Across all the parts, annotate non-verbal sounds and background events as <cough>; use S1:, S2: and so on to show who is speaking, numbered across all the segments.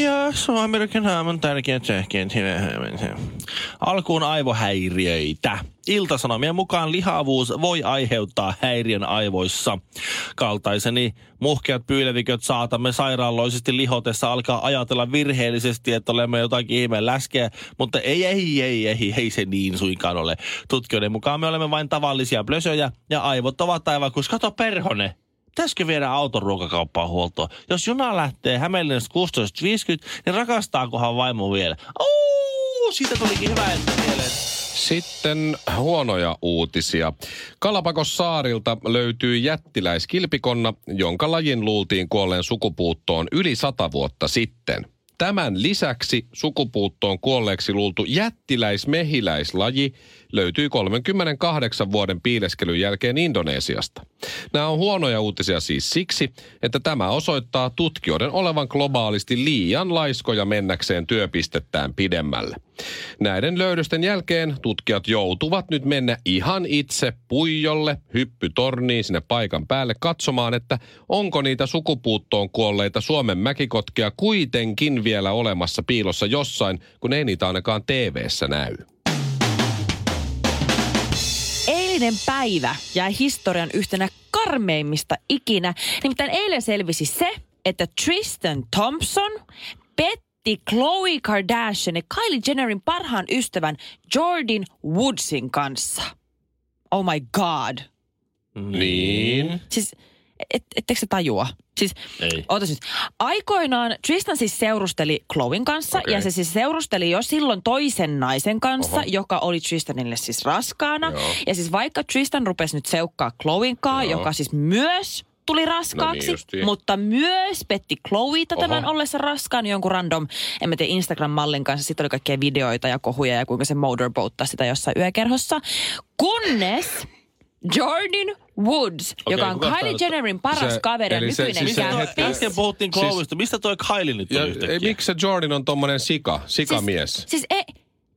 S1: Ja Suomirokin haamun tärkeät sähkeet. Alkuun aivohäiriöitä. Iltasanomien mukaan lihavuus voi aiheuttaa häiriön aivoissa. Kaltaiseni muhkeat pyyleviköt saatamme sairaaloisesti lihotessa alkaa ajatella virheellisesti, että olemme jotakin ihme läskeä, mutta ei, ei, ei, ei, ei se niin suinkaan ole. Tutkijoiden mukaan me olemme vain tavallisia plösöjä ja aivot ovat aivan kuin kato perhone. Pitäisikö viedä auton ruokakauppaan huoltoon? Jos juna lähtee Hämeenlinnasta 16.50, niin rakastaakohan vaimo vielä? Ouu, siitä tulikin hyvä mieleen.
S2: Sitten huonoja uutisia. Kalapakos saarilta löytyy jättiläiskilpikonna, jonka lajin luultiin kuolleen sukupuuttoon yli sata vuotta sitten. Tämän lisäksi sukupuuttoon kuolleeksi luultu jättiläismehiläislaji löytyy 38 vuoden piileskelyn jälkeen Indonesiasta. Nämä on huonoja uutisia siis siksi, että tämä osoittaa tutkijoiden olevan globaalisti liian laiskoja mennäkseen työpistettään pidemmälle. Näiden löydösten jälkeen tutkijat joutuvat nyt mennä ihan itse puijolle, hyppytorniin sinne paikan päälle katsomaan, että onko niitä sukupuuttoon kuolleita Suomen mäkikotkia kuitenkin vielä olemassa piilossa jossain, kun ei niitä ainakaan TV-ssä näy.
S3: Eilinen päivä jäi historian yhtenä karmeimmista ikinä. Nimittäin eilen selvisi se, että Tristan Thompson petti Khloe Kardashian ja Kylie Jennerin parhaan ystävän Jordan Woodsin kanssa. Oh my god.
S2: Niin.
S3: Siis, et, ettekö se tajua? Siis,
S1: Ei.
S3: Ootas nyt. Aikoinaan Tristan siis seurusteli Chloen kanssa
S2: Okei.
S3: ja se siis seurusteli jo silloin toisen naisen kanssa,
S2: Oho.
S3: joka oli Tristanille siis raskaana.
S2: Joo.
S3: Ja siis vaikka Tristan rupesi nyt seukkaa Chloenkaa,
S2: Joo. No niin
S3: joka siis myös tuli raskaaksi,
S2: justiin.
S3: mutta myös petti Chloeita
S2: Oho.
S3: tämän ollessa raskaan jonkun random, en mä tiedä, Instagram-mallin kanssa. Sitten oli kaikkia videoita ja kohuja ja kuinka se motorboattaa sitä jossain yökerhossa. Kunnes Jordan Woods,
S1: Okei,
S3: joka on
S1: kuka tää
S3: Kylie
S1: nyt-
S3: Jennerin paras
S2: se-
S3: kaveri ja
S2: eli se-
S3: nykyinen
S2: siis
S1: Mistä
S2: se
S1: toi,
S2: hetki-
S1: äsken
S3: kämppis.
S1: puhuttiin
S2: Siis-
S1: Chloista, mistä toi Kylie nyt
S2: Ja, eh,
S1: on
S2: ei,
S1: yhtäkkiä?
S2: miksi se Jordan on tommonen sika, sikamies?
S3: Siis, siis ei,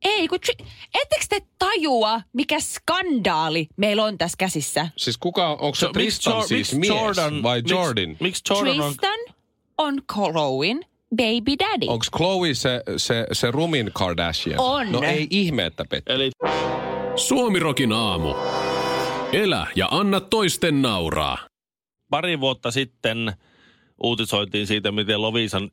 S3: ei kun, tri- ettekö te tajua, mikä skandaali meillä on tässä käsissä?
S2: Siis kuka, onko se
S1: Jo- miksi
S2: Tristan
S1: Jo-
S2: siis
S1: miksi
S2: mies vai Jordan?
S1: Miksi, miksi Jordan on...
S3: Tristan on Chloen baby daddy.
S2: Onko Chloe se, se, se rumin Kardashian?
S3: On.
S2: No ei ihme, että petti.
S1: Eli
S4: Suomirokin aamu. Elä ja anna toisten nauraa.
S1: pari vuotta sitten uutisoitiin siitä, miten Lovisan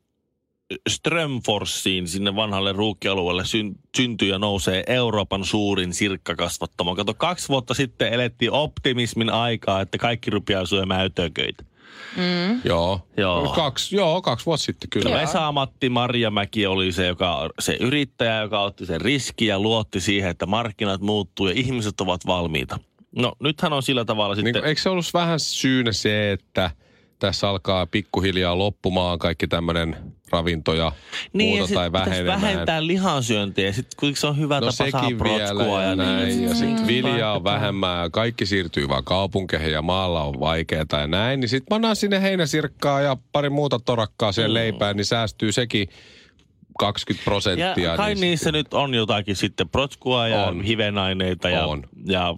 S1: Strömforsiin, sinne vanhalle ruukkialueelle syn, syntyy ja nousee Euroopan suurin sirkkakasvattamo. Kato, kaksi vuotta sitten elettiin optimismin aikaa, että kaikki rupeaa syömään ötököitä.
S2: Joo.
S1: Joo.
S2: Kaksi, joo, kaksi vuotta sitten
S1: No
S2: kyllä.
S1: Vesa-Matti Marjamäki oli se, joka, se yrittäjä, joka otti sen riski ja luotti siihen, että markkinat muuttuu ja ihmiset ovat valmiita. No nythän on sillä tavalla
S2: Niin,
S1: sitten...
S2: eikö se ollut vähän syynä se, että tässä alkaa pikkuhiljaa loppumaan kaikki tämmöinen ravinto ja
S1: Niin, ja
S2: muuta
S1: sit
S2: tai
S1: pitäisi
S2: vähenemään.
S1: vähentää lihansyöntiä. Ja sitten kuitenkin se on hyvä
S2: No
S1: tapa saada
S2: sekin
S1: protskua. niin.
S2: vielä ja näin. Ja sitten viljaa on
S1: Vaikka-
S2: vähemmän ja kaikki siirtyy vaan kaupunkeihin ja maalla on vaikeaa ja näin. Niin sitten pannaan sinne heinäsirkkaa ja pari muuta torakkaa
S1: Mm.
S2: siihen leipään, niin säästyy sekin 20
S1: Ja
S2: prosenttia.
S1: kai
S2: niin
S1: niissä nyt on jotakin sitten protskua ja
S2: On.
S1: hivenaineita ja,
S2: On.
S1: ja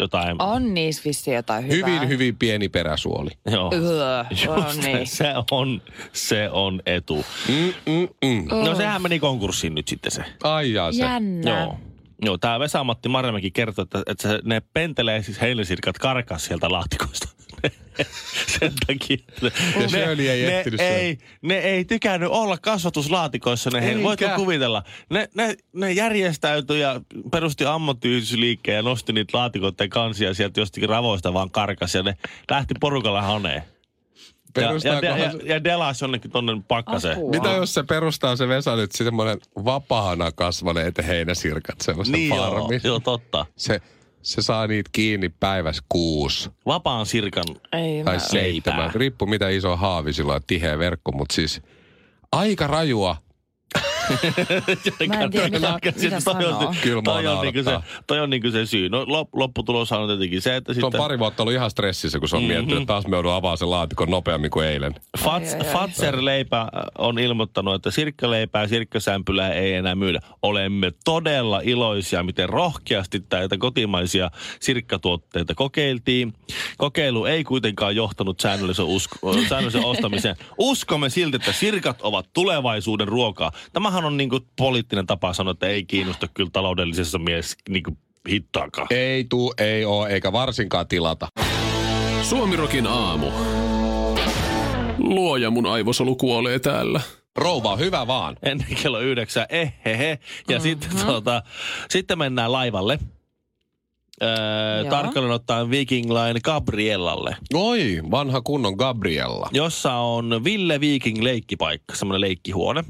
S1: jotain.
S3: On niissä vissiin jotain hyvää.
S2: Hyvin, hyvin pieni peräsuoli.
S1: Joo.
S3: Öö,
S1: <laughs>
S3: on
S1: Just,
S3: niin.
S1: se, on, se on etu.
S2: Mm, mm, mm.
S1: No sehän meni konkurssiin nyt sitten se.
S2: Ai jaa se.
S3: Jännä.
S1: Joo. Joo, tämä Vesa-Matti Marjamäki kertoi, että, että se- ne pentelee siis heinäsirkat karkas sieltä laatikosta. <laughs> Sen takia.
S2: Ja Shirley ei
S1: ne,
S2: ehtinyt syödä.
S1: ei, ne ei tykännyt olla kasvatuslaatikoissa, ne heinä.
S2: Eikä.
S1: Voitko kuvitella? Ne, ne, ne järjestäytyi ja perusti ammattiyhdysliikkeen ja nosti niitä laatikoiden kansia sieltä jostakin ravoista vaan karkas. Ja ne lähti porukalla haneen. Ja, ja, ja, ja,
S2: Perustaakohan...
S1: ja delasi jonnekin tonne pakkaseen.
S3: Apua.
S2: Mitä jos se perustaa se Vesa nyt semmoinen vapaana kasvaneet heinäsirkat, semmoisen
S1: Niin joo,
S2: farmin?
S1: joo, totta.
S2: Se Se saa niitä kiinni päivässä kuusi
S1: Vapaan sirkan
S3: Ei,
S2: tai
S3: mä-
S2: seitsemän.
S1: Leipää.
S2: Riippuu mitä iso haavi sillä on, tiheä verkko, mutta siis aika rajua.
S3: Mä en tiedä, mitä- mitä sanoo.
S2: Kyllä mua
S1: Siis toi on, niinku se,
S2: naurattaa.
S1: toi on niinku se syy. No, lop, lopputulos on tietenkin se, että
S2: Se on
S1: sitten Mhm.
S2: pari vuotta ollut ihan stressissä, kun se on mm-hmm. miettinyt, että taas me joudun avaamaan sen laatikon nopeammin kuin eilen.
S1: Fats,
S3: Ai, ai, ai.
S1: Fatser-leipä äh, on ilmoittanut, että sirkkaleipää ja sirkkasämpylää ei enää myydä. Olemme todella iloisia, miten rohkeasti näitä kotimaisia sirkkatuotteita kokeiltiin. Kokeilu ei kuitenkaan johtanut säännöllisen, usko, säännöllisen ostamiseen. Uskomme silti, että sirkat ovat tulevaisuuden ruokaa. Tämähän on niinku poliittinen tapa sanoa, että ei kiinnosta kyllä taloudellisessa mielessä niinku hittaakaan.
S2: Ei tuu, ei oo, eikä varsinkaan tilata.
S4: Suomirokin aamu. Luoja mun aivosolu kuolee täällä.
S2: Rouva on hyvä vaan.
S1: ennen kello yhdeksän, ehehe. Ja sitten,
S3: Mhm.
S1: tuota, sitten mennään laivalle. Öö,
S3: Joo.
S1: tarkalleen ottaen Viking Line Gabriellalle,
S2: Oi, vanha kunnon Gabriella.
S1: jossa on Ville Viking leikkipaikka, semmoinen leikkihuone,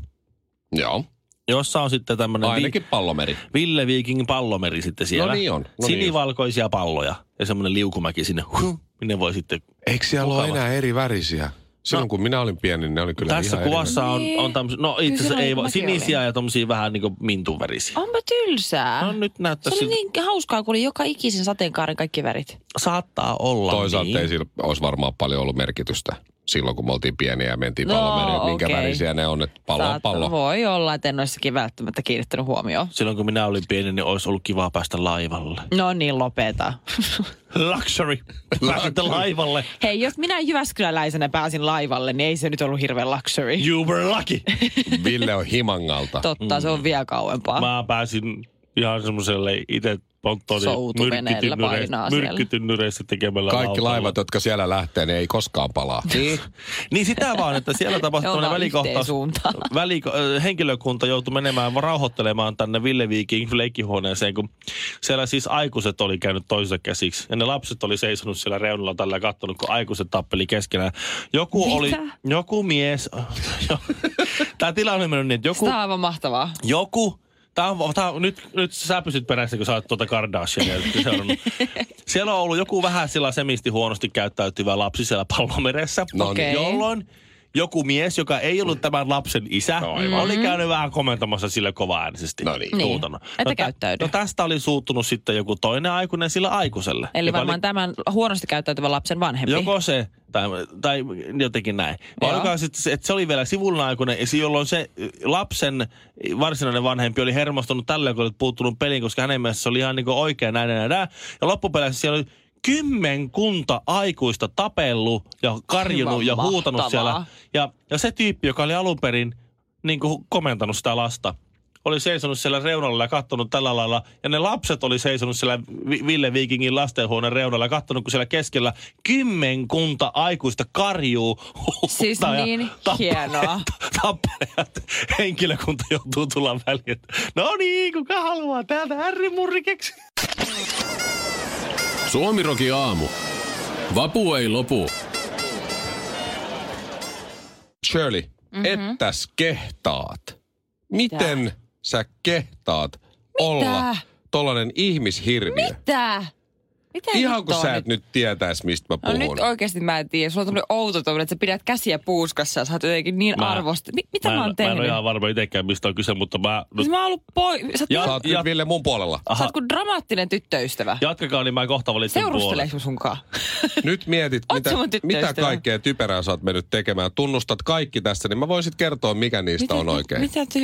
S2: Joo,
S1: jossa on sitten tämmöinen
S2: ainakin pallomeri.
S1: Ville Viking pallomeri sitten No niin. siellä.
S2: No niin on, no niin Hmm.
S1: Sinivalkoisia palloja ja semmoinen liukumäki sinne, huh, minne voi sitten
S2: Eikö siellä ole
S1: Mukava.
S2: enää eri värisiä? Silloin
S1: No.
S2: kun minä olin pieni, ne oli kyllä
S1: Tässä
S2: ihan eri
S1: kuvassa on,
S3: Niin.
S1: on tämmöisiä, no itse asiassa
S3: Kyllä
S1: ei, va-
S3: mäkin
S1: sinisiä ja tommosia vähän niinku mintun värisiä.
S3: Onpa tylsää.
S1: No nyt
S3: se
S1: näyttää
S3: oli
S1: siltä,
S3: niin hauskaa, kun oli joka ikisen sateenkaaren kaikki värit.
S1: saattaa olla
S2: Toisaalta
S1: niin.
S2: ei sillä olisi varmaan paljon ollut merkitystä silloin, kun me oltiin pieniä ja mentiin
S3: No,
S2: pallomereen, että minkä
S3: okei.
S2: värisiä ne on, että pallo on
S3: Saat-
S2: pallo.
S3: Voi olla, että en olisikin välttämättä kiinnittänyt huomioon.
S1: Silloin kun minä olin pieni, niin olisi ollut kiva päästä laivalle.
S3: No niin, lopeta. <laughs>
S1: Luxury! <laughs> Pääsitte laivalle.
S3: Hei, jos minä Jyväskyläläisenä pääsin laivalle, niin ei se nyt ollut hirveän luxury.
S1: You were lucky!
S2: Ville on himangalta.
S3: Totta, se on vielä kauempaa.
S1: Mm. Mä pääsin ihan semmoiselle itse ponttoni
S3: Soutuveneellä painaa siellä.
S1: myrkkytynnyreissä tekemällä
S2: Kaikki
S1: lautalla.
S2: laivat, jotka siellä lähtee, ne ei koskaan palaa.
S1: Niin. niin sitä vaan, että siellä
S3: Ne
S1: tapahtui
S3: on
S1: tämmöinen
S3: vaan yhteen
S1: välikohtaus.
S3: suuntaan.
S1: Väliko, ö, henkilökunta joutui menemään rauhoittelemaan tänne Ville Viking leikkihuoneeseen, kun siellä siis aikuiset oli käynyt toisensa käsiksi. Ja ne lapset oli seisonut siellä reunalla tällä ja katsonut, kun aikuiset tappeli keskenään. Joku
S3: Mitä?
S1: oli, joku mies, <laughs> tämä tilanne on mennyt niin, että joku,
S3: Tämä on aivan mahtavaa.
S1: joku, Tää on, tää on, nyt, nyt sä pysyt perässä, kun sä oot tuota Kardashiania seurannut. Siellä on ollut joku vähän sillä semisti huonosti käyttäytyvä lapsi siellä pallomeressä.
S2: No niin.
S3: Okei.
S1: Jolloin joku mies, joka ei ollut tämän lapsen isä,
S2: No
S1: no, oli käynyt vähän komentamassa sille kovaäänisesti.
S2: No niin.
S3: Niin.
S1: Tuutana.
S3: Että
S1: no, tä-
S3: käyttäydy.
S1: No tästä oli suuttunut sitten joku toinen aikuinen sillä aikuiselle.
S3: Eli
S1: joka
S3: varmaan tämän huonosti käyttäytyvän lapsen vanhempi.
S1: Joko se, tai, tai jotenkin näin. Vai
S3: Joo.
S1: oliko sitten, se, että se oli vielä sivullinen aikuinen, ja se, jolloin se lapsen varsinainen vanhempi oli hermostunut tälle, kun oli puuttunut peliin, koska hänen mielestään se oli ihan niin oikein näin, näin, näin. Ja loppupeleissä siellä oli kymmenkunta aikuista tapellut ja karjunut
S3: Aivan
S1: ja huutanut
S3: mahtavaa.
S1: siellä. Ja, ja se tyyppi, joka oli alun perin niin kuin komentanut sitä lasta, oli seisonut siellä reunalla ja katsonut tällä lailla. Ja ne lapset oli seisonut siellä Vi- Ville Viikingin lastenhuoneen reunalla ja katsonut, kun siellä keskellä kymmenkunta aikuista karjuu.
S3: Siis
S1: huutaa ja
S3: niin
S1: tappaa- <laughs>
S3: hienoa.
S1: Tappajat, henkilökunta joutuu tulla väliin. että No niin, kuka haluaa täältä ärrimurrikeksi?
S4: Suomirokin aamu. Vapu ei lopu.
S2: Shirley,
S4: Mhm.
S2: mm-hmm. ettäs kehtaat. Miten sä kehtaat olla tollanen ihmishirviö?
S3: Mitä? Mitä
S2: Ihan
S3: nyt
S2: kun
S3: on
S2: sä
S3: nyt?
S2: et nyt tietäis, mistä mä puhun.
S3: No nyt oikeasti mä en tiedä. Sulla on tämmönen outo tommonen, että sä pidät käsiä puuskassa ja sä oot jotenkin niin
S1: Mä-
S3: arvosta. Mi- mitä mä,
S1: en-
S3: oon
S1: mä en
S3: tehnyt?
S1: ole ihan varma itsekään, mistä on kyse, mutta mä...
S3: Siis mä oon ollut poi... Sä oot,
S1: Ja-
S2: Sä oot nyt Ville mun
S3: <laughs>
S2: puolella.
S3: sä oot kuin dramaattinen tyttöystävä.
S1: Jatkakaa, niin mä kohta valitsen puolen.
S3: Seurusteleeko sunkaan?
S2: Nyt mietit,
S3: Oot
S2: mitä,
S3: sä mun tyttöystävä?
S2: mitä kaikkea typerää sä oot mennyt tekemään. Tunnustat kaikki tästä, niin mä voisin kertoa, mikä niistä on oikein.
S3: Mitä ty...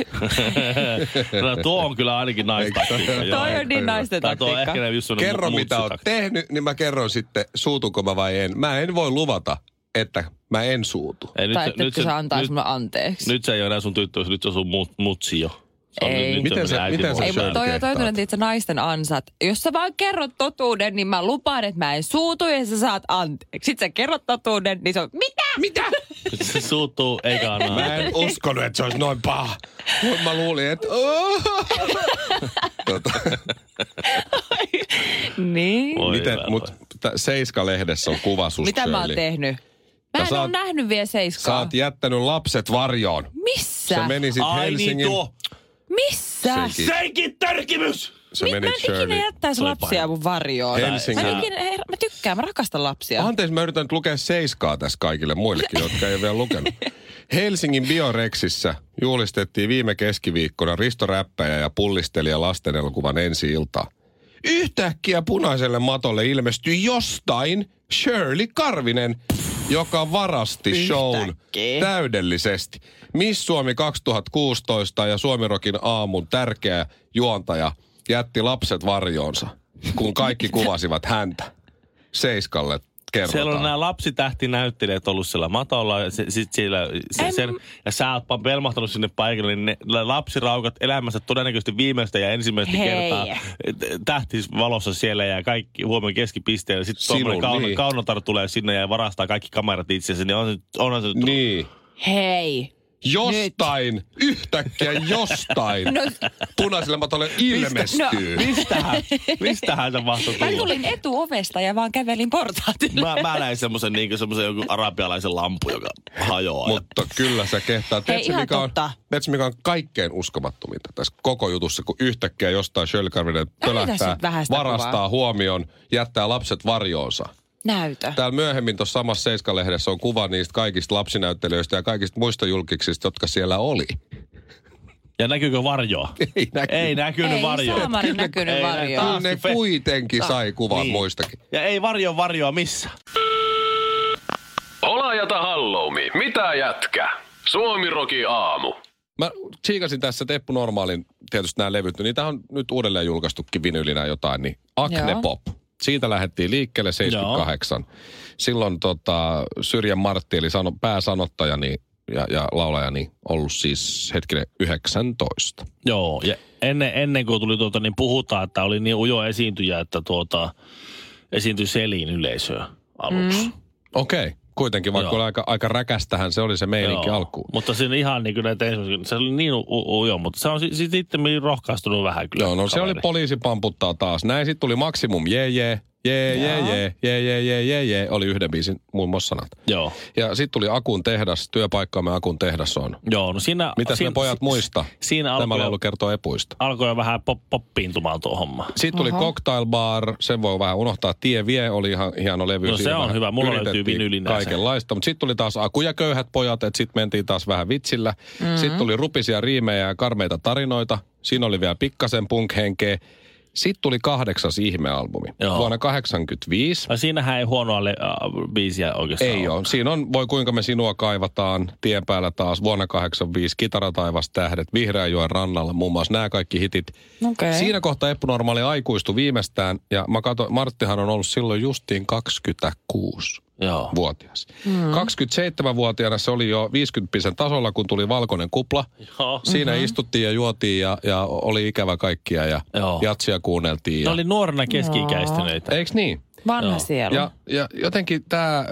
S1: <laughs> No, tuo on kyllä ainakin naista.
S3: Toi on niin naisten
S1: Tuo on
S3: taktiikka.
S1: ehkä ne just semmonen
S2: Kerro,
S1: mu-
S2: mitä oot
S1: mutsitaktiikka.
S2: tehnyt, niin mä kerron sitten, suutunko mä vai en. Mä en voi luvata, että mä en suutu.
S1: Ei,
S3: Tai
S1: nyt, se- nyt,
S3: etteikö
S1: se,
S3: sä antaisi
S1: nyt,
S3: mulle anteeksi?
S1: nyt se ei ole enää sun tyttöystävä, nyt se on sun mut, mutsi jo. Se on
S3: Ei.
S1: Nyt, nyt
S2: Miten
S1: tämmönen
S2: sä-
S1: äiti-
S2: miten sä
S3: Ei,
S2: Sä
S3: mutta toi on
S2: kehtaat.
S3: toi on tietysti naisten ansat. Jos sä vaan kerrot totuuden, niin mä lupaan, että mä en suutu ja sä saat anteeksi. Sitten sä kerrot totuuden, niin se on, mitä? Mitä?
S1: Se suuttuu, eikä anna.
S2: Mä en uskonut, että se olisi noin paha. Kun mä luulin, että... tota,
S3: <laughs> niin.
S1: Voi
S2: miten,
S1: hyvä
S2: mut
S1: toi.
S2: t- Seiska-lehdessä on kuva susta,
S3: Mitä mä oon
S2: Shirley.
S3: tehnyt? Mä en
S2: sä
S3: oo
S2: oot-
S3: nähnyt vielä
S2: Sä
S3: seiskaa.
S2: oot jättänyt lapset varjoon.
S3: Missä?
S2: Sä menisit
S1: Ai
S2: Helsingin...
S1: niin tuo!
S3: Missä?
S2: Sekin.
S1: Senkin törkimys!
S2: sä
S3: Mä en
S2: menit
S3: ikinä
S2: Shirley.
S3: jättäisi
S1: oli
S3: lapsia
S1: paha.
S3: mun varjoon.
S2: Helsingin-
S3: Mä, en ikinä, her, mä tykkään, mä rakastan lapsia.
S2: Anteeksi, mä yritän nyt lukea seiskaa tässä kaikille muillekin, jotka ei ole vielä lukenut. <laughs> Helsingin Biorexissä juhlistettiin viime keskiviikkona Risto Räppäjä ja pullistelija lastenelokuvan ensi iltaa. Yhtäkkiä punaiselle matolle ilmestyi jostain Shirley Karvinen, joka varasti shown
S3: Yhtäkkiä.
S2: täydellisesti. Miss Suomi 2016 ja Suomirokin aamun tärkeä juontaja jätti lapset varjoonsa, kun <laughs> kaikki kuvasivat häntä. Seiskalle kerrotaan.
S1: Siellä on nämä lapsitähtinäyttelijät ollut siellä matolla ja, se, sit siellä, se,
S3: En-
S1: sen, ja sä oot pa- velmahtanut sinne paikalle, niin ne lapsiraukat elämässä todennäköisesti viimeistä ja ensimmäistä
S3: Hei.
S1: kertaa t- tähtisvalossa siellä ja kaikki huomioon keskipisteellä. Sitten
S2: Sinun,
S1: tuommoinen kaun,
S2: niin.
S1: niin. kaunotar tulee sinne ja varastaa kaikki kamerat itsensä, niin on, se- onhan se nyt <laughs>
S2: Niin.
S3: Hei.
S2: Jostain, Nyt. yhtäkkiä jostain, no. punaiselle matolle ilmestyy. No.
S1: Mistähän, mistähän se mahtoi
S3: Mä
S1: tulla?
S3: tulin etuovesta ja vaan kävelin portaat yli.
S1: Mä, mä näin semmoisen niin semmoisen joku arabialaisen lampun, joka hajoaa. Mut,
S2: Mutta kyllä sä kehtaa. Tiedätkö,
S3: ihan
S2: mikä on,
S3: totta.
S2: tiedätkö, mikä on kaikkein uskomattominta tässä koko jutussa, kun yhtäkkiä jostain Shirley Carvinen
S3: No,
S2: pölähtää,
S3: nyt vähän sitä
S2: varastaa
S3: kuvaa.
S2: huomion, jättää lapset varjoonsa.
S3: Näytä.
S2: Täällä myöhemmin tuossa samassa Seiska-lehdessä on kuva niistä kaikista lapsinäyttelijöistä ja kaikista muista julkiksista, jotka siellä oli. <laughs>
S1: ja näkyykö varjoa?
S2: Ei näkynyt.
S1: <laughs> Ei näkynyt
S3: Ei
S1: varjoa.
S3: saamari näkynyt
S1: ei,
S3: varjoa.
S2: Kyllä ne
S1: Taas kun fe-
S2: kuitenkin sai kuvan niin.
S1: Niin.
S2: muistakin.
S1: Ja ei varjo varjoa missä.
S4: Olajata halloumi. Mitä jätkä? Suomiroki aamu.
S2: Mä tsiikasin tässä Teppu Normaalin, tietysti nämä levyt, niin tämä on nyt uudelleen julkaistukin vinylinä jotain, niin Acne
S3: Joo.
S2: Pop. Siitä lähdettiin liikkeelle 78. Joo. Silloin tota, Syrjän Martti, eli sano, pääsanottaja niin, ja, ja laulaja, niin ollut siis hetkinen 19.
S1: Joo, ja ennen, ennen kuin tuli tuota, niin puhutaan, että oli niin ujo esiintyjä, että tuota, esiintyi selin yleisöä aluksi. Mm.
S2: Okei, okay. kuitenkin, vaikka
S1: Joo.
S2: oli aika, aika räkästähän se oli se meininki alkuun.
S1: Mutta siinä ihan niin kyllä, että ensimmäisen- se oli niin u- ujo, mutta se on si- si- sitten rohkaistunut vähän kyllä.
S2: Joo, no se oli
S1: kaveri.
S2: poliisi pamputtaa taas. Näin sitten tuli maksimum jee jee, jee jee jee, jee jee jee jee jee, oli yhden biisin muun muassa sanat.
S1: Joo.
S2: Ja sitten tuli Akun tehdas, työpaikkaamme Akun tehdas on.
S1: Joo, no siinä...
S2: Mitäs
S1: siinä,
S2: ne pojat muista?
S1: Siinä
S2: Tämä
S1: alkoi,
S2: laulu kertoo epuista.
S1: alkoi jo vähän pop, poppiintumaan tuo homma.
S2: Sitten tuli Cocktail Bar, sen voi vähän unohtaa. Tie vie oli ihan hieno levy.
S1: No se
S2: siinä
S1: on
S2: vähän
S1: hyvä, mulla löytyy
S2: yritettiin
S1: vinylinä se.
S2: Kaikenlaista, mutta sitten tuli taas Aku ja köyhät pojat, että sitten mentiin taas vähän vitsillä. Mm-hmm. Sitten tuli rupisia riimejä ja karmeita tarinoita. Siinä oli vielä pikkasen punk-henkeä. Sitten tuli kahdeksas ihmealbumi
S1: Joo.
S2: vuonna 85.
S1: No siinähän ei huonoa le- äh, biisiä oikeastaan
S2: Ei ole. Siinä on Voi kuinka me sinua kaivataan, Tien päällä taas, vuonna 85, Kitarataivas tähdet, Vihreänjoen rannalla, muun muassa nämä kaikki hitit.
S3: Okei.
S2: Siinä kohtaa Eppu Normaali aikuistui viimeistään, ja mä katsoin, Marttihan on ollut silloin justiin 26-vuotias.
S1: Joo.
S2: Mm. 27-vuotiaana se oli jo 50 tasolla, kun tuli valkoinen kupla.
S1: Joo.
S2: Siinä mm-hmm. istuttiin ja juotiin ja, ja oli ikävä kaikkia ja
S1: Joo.
S2: jatsia kuunneltiin.
S1: Ne
S2: Ja...
S1: oli nuorena keski-ikäistyneitä.
S2: Eiks niin?
S3: Vanha
S1: Joo.
S3: sielu.
S2: Ja, ja jotenkin tämä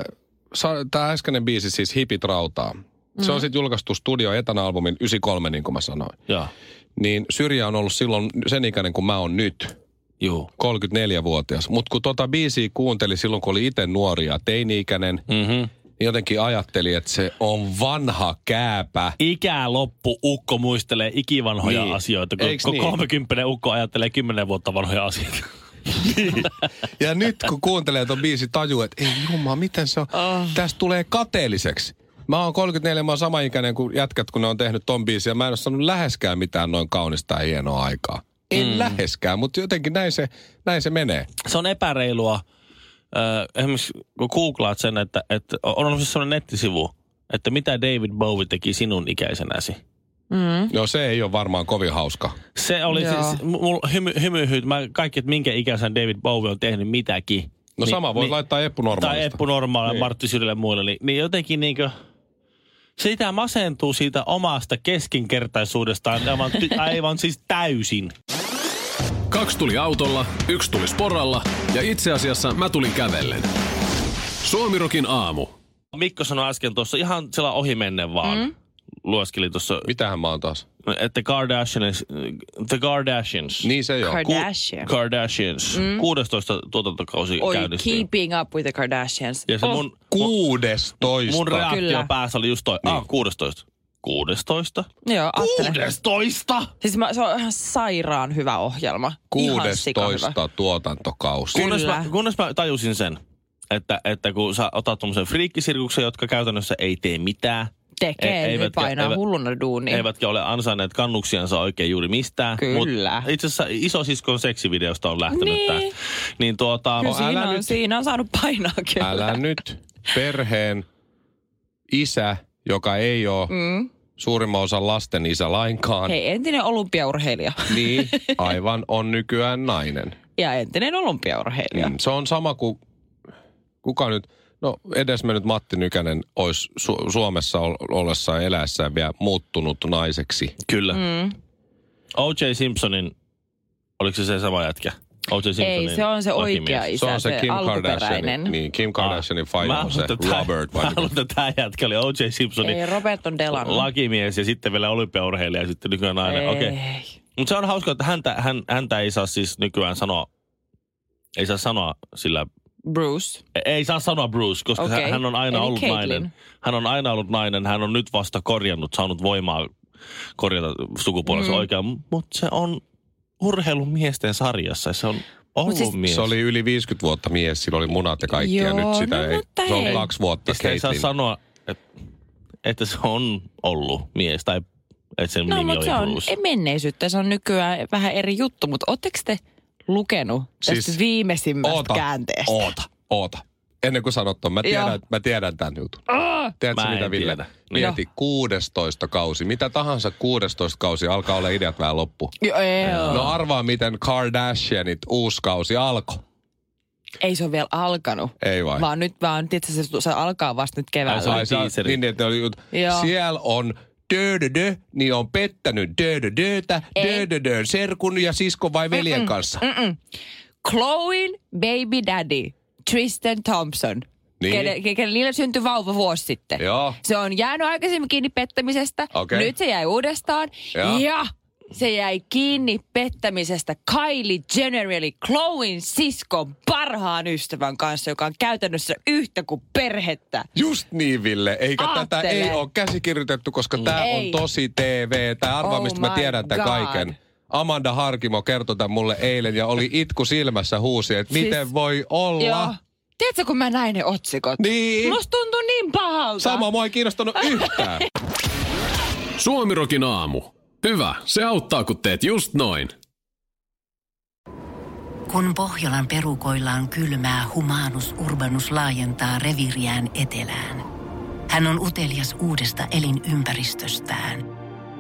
S2: tää äskeinen biisi siis Hipit rautaa. Se on sitten julkaistu Studio Etana-albumin 93, niin kuin mä sanoin.
S1: Joo.
S2: Niin Syrjä on ollut silloin sen ikäinen kuin mä oon nyt,
S1: Juu.
S2: 34-vuotias. Mutta kun tota biisiä kuunteli silloin, kun oli itse nuoria, teini-ikäinen,
S1: Mm-hmm.
S2: niin jotenkin ajatteli, että se on vanha kääpä.
S1: ikäloppu ukko muistelee ikivanhoja
S2: Niin.
S1: niin. asioita, kun,
S2: Eiks
S1: kun
S2: niin?
S1: 30 ukko ajattelee 10 vuotta vanhoja asioita.
S2: Ja nyt kun kuuntelee ton biisi, tajuu, että ei jumma, miten se on.
S4: Ah.
S2: Oh. Tästä tulee kateelliseksi. Mä oon 34, mä oon sama ikäinen kuin jätkät, kun ne on tehnyt ton biisin. Ja mä en ole sanonut läheskään mitään noin kaunista ja hienoa aikaa. En mm. läheskään, mutta jotenkin näin se, näin se menee.
S1: <laughs> Se on epäreilua. Ö, esimerkiksi kun googlaat sen, että, että on olemassa sellainen nettisivu, että mitä David Bowie teki sinun ikäisenäsi.
S4: Mm.
S2: No se ei ole varmaan kovin hauska.
S1: Se oli
S3: Joo.
S1: siis, mulla hymy, hymyihyt, mä kaikki, että minkä ikäisen David Bowie on tehnyt mitäkin. Niin,
S2: No sama voi laittaa Eppu Normaalista.
S1: Tai Eppu Normaali, niin. Martti Syrjälle ja muille, niin, niin jotenkin niinkö... Sitä masentuu siitä omasta keskinkertaisuudestaan aivan, ty- <laughs> aivan siis täysin.
S4: Kaksi tuli autolla, yksi tuli sporalla ja itse asiassa mä tulin kävellen. Suomirokin aamu.
S1: Mikko sanoi äsken tuossa ihan sillä ohimennen vaan. Mm. Lueskeli tuossa,
S2: Mitähän mä oon taas?
S1: että Kardashians, The Kardashians.
S2: Niin se joo.
S1: Ku-
S3: Kardashian.
S1: Kardashians. Mm. 16 tuotantokausi
S3: Oi,
S1: käynnistyy.
S3: keeping up with the Kardashians. Oh,
S1: Ja se mun,
S2: Kuudes toista.
S1: mun reaktio
S3: Kyllä.
S1: päässä oli just toi. Niin. Ah, 16. 16.
S3: Joo, ajattele.
S1: 16!
S3: Siis mä, se on ihan sairaan hyvä ohjelma. Ihan sikahyvä.
S2: 16 tuotantokausi.
S3: Kun-
S1: Kunnes
S3: Kyllä.
S1: mä, kunnes mä tajusin sen, että, että kun sä otat tuommoisen friikkisirkuksen, jotka käytännössä ei tee mitään,
S3: Tekee,
S1: E-
S3: ei,
S1: eivätkä-
S3: painaa
S1: eivät-
S3: hulluna duunia.
S1: niin. eivätkä ole ansainneet kannuksiansa oikein juuri mistään.
S3: Kyllä.
S1: Mut itse asiassa isosiskon seksivideosta on lähtenyt
S3: Niin.
S1: tästä. Niin tuota,
S3: Kyllä
S2: No, älä
S3: siinä, on,
S2: nyt.
S3: siinä on saanut painaa kyllä.
S2: Älä nyt. Perheen isä, joka ei ole mm. suurimman osan lasten isä lainkaan,
S3: Hei, entinen olympiaurheilija <laughs>
S2: niin aivan on nykyään nainen.
S3: ja entinen olympiaurheilija.
S2: Mm. Se on sama kuin, kuka nyt, no edesmennyt Matti Nykänen olisi Su- Suomessa ol- ollessaan eläessään vielä muuttunut naiseksi.
S1: Kyllä. Mm. O.J. Simpsonin, oliko se se sama jätkä? O.J. Simpsonin
S3: Ei, se on se
S1: niin lakimies.
S3: oikea isä,
S2: se on se Kim Kardashianin,
S3: alkuperäinen.
S2: niin Kim
S1: Ah.
S2: Kardashianin vaimo on se
S1: haluan, että tää-
S2: Robert.
S1: Mä
S2: Vai
S1: haluan, että tämä jätkä oli O.J. Simpsonin
S3: Ei, Robert on delannut.
S1: lakimies ja sitten vielä olympiaurheilija ja sitten nykyään nainen. Okei. Okay.
S3: Ei.
S1: Mutta se on hauska, että häntä, hän, häntä ei saa siis nykyään sanoa, ei saa sanoa sillä
S3: Bruce.
S1: Ei saa sanoa Bruce, koska okay.
S3: Okei.
S1: hän on aina
S3: Eli
S1: ollut
S3: Caitlyn.
S1: nainen. Hän on aina ollut nainen, hän on nyt vasta korjannut, saanut voimaa korjata sukupuolensa mm. oikein, mutta se on urheilumiesten sarjassa, se on ollut
S3: siis-
S1: siis, mies.
S2: Se oli yli 50 vuotta mies, sillä oli munat ja kaikki, ja
S3: Joo,
S2: nyt sitä
S3: no
S2: ei.
S3: mutta
S2: Se on
S3: hei.
S2: kaksi vuotta
S1: Sitä ei saa
S2: Caitlyn.
S1: sanoa, että, että se on ollut mies tai että sen
S3: No,
S1: nimi
S3: mutta
S1: oli
S3: se on
S1: Bruce.
S3: ei menneisyyttä. Se on nykyään vähän eri juttu, mutta ootteko te lukenut tästä
S2: Siis-
S3: siis, viimeisimmästä
S2: Oota,
S3: käänteestä?
S2: oota, oota. Ennen kuin sanot ton, mä
S3: Joo.
S2: tiedän, mä tiedän tämän jutun. Tiedätkö
S1: Mä
S2: mitä,
S1: en
S2: Ville?
S1: tiedä. No.
S2: Mieti 16 kausi. Mitä tahansa 16 kausi alkaa olla ideat vähän loppu.
S3: Joo, joo.
S2: No arvaa, miten Kardashianit uusi kausi alkoi.
S3: Ei se ole vielä alkanut.
S2: Ei vai?
S3: Vaan nyt vaan, tietysti se, se alkaa vasta nyt keväällä.
S1: Ai se oli
S2: Ai, sä-
S1: teaseri.
S2: niin, että ne oli, jut-
S3: Joo.
S2: siellä on dödödö, niin on pettänyt dödödötä,
S3: Ei.
S2: dödödön serkun ja siskon vai veljen kanssa.
S3: Chloen baby daddy, Tristan Thompson.
S2: Niin.
S3: Kenen, ke- kenen niillä syntyi vauva vuosi sitten.
S2: Joo.
S3: Se on jäänyt aikaisemmin kiinni pettämisestä.
S2: Okei.
S3: Nyt se jäi uudestaan.
S2: Joo.
S3: Ja se jäi kiinni pettämisestä Kylie Jenner eli Chloen siskon parhaan ystävän kanssa, joka on käytännössä yhtä kuin perhettä.
S2: Just niin, Ville. Eikä
S3: Aattele.
S2: tätä ei ole käsikirjoitettu, koska tämä on
S3: Niin. Ei.
S2: tosi TV. Tämä arvaa,
S3: Oh
S2: mistä mä
S3: my
S2: tiedän tämän
S3: God.
S2: kaiken. Amanda Harkimo kertoi tämän mulle eilen ja oli itku silmässä huusi, että
S3: Siis-
S2: miten voi olla.
S3: Joo. Tiedätkö, kun mä näin ne otsikot?
S2: Niin.
S3: Musta tuntuu niin pahalta.
S2: Sama mua ei
S3: <laughs>
S2: kiinnostanut yhtään.
S4: Suomirokin aamu. Hyvä, se auttaa kun teet just noin.
S5: Kun Pohjolan perukoilla on kylmää, humanus urbanus laajentaa reviriään etelään. Hän on utelias uudesta elinympäristöstään.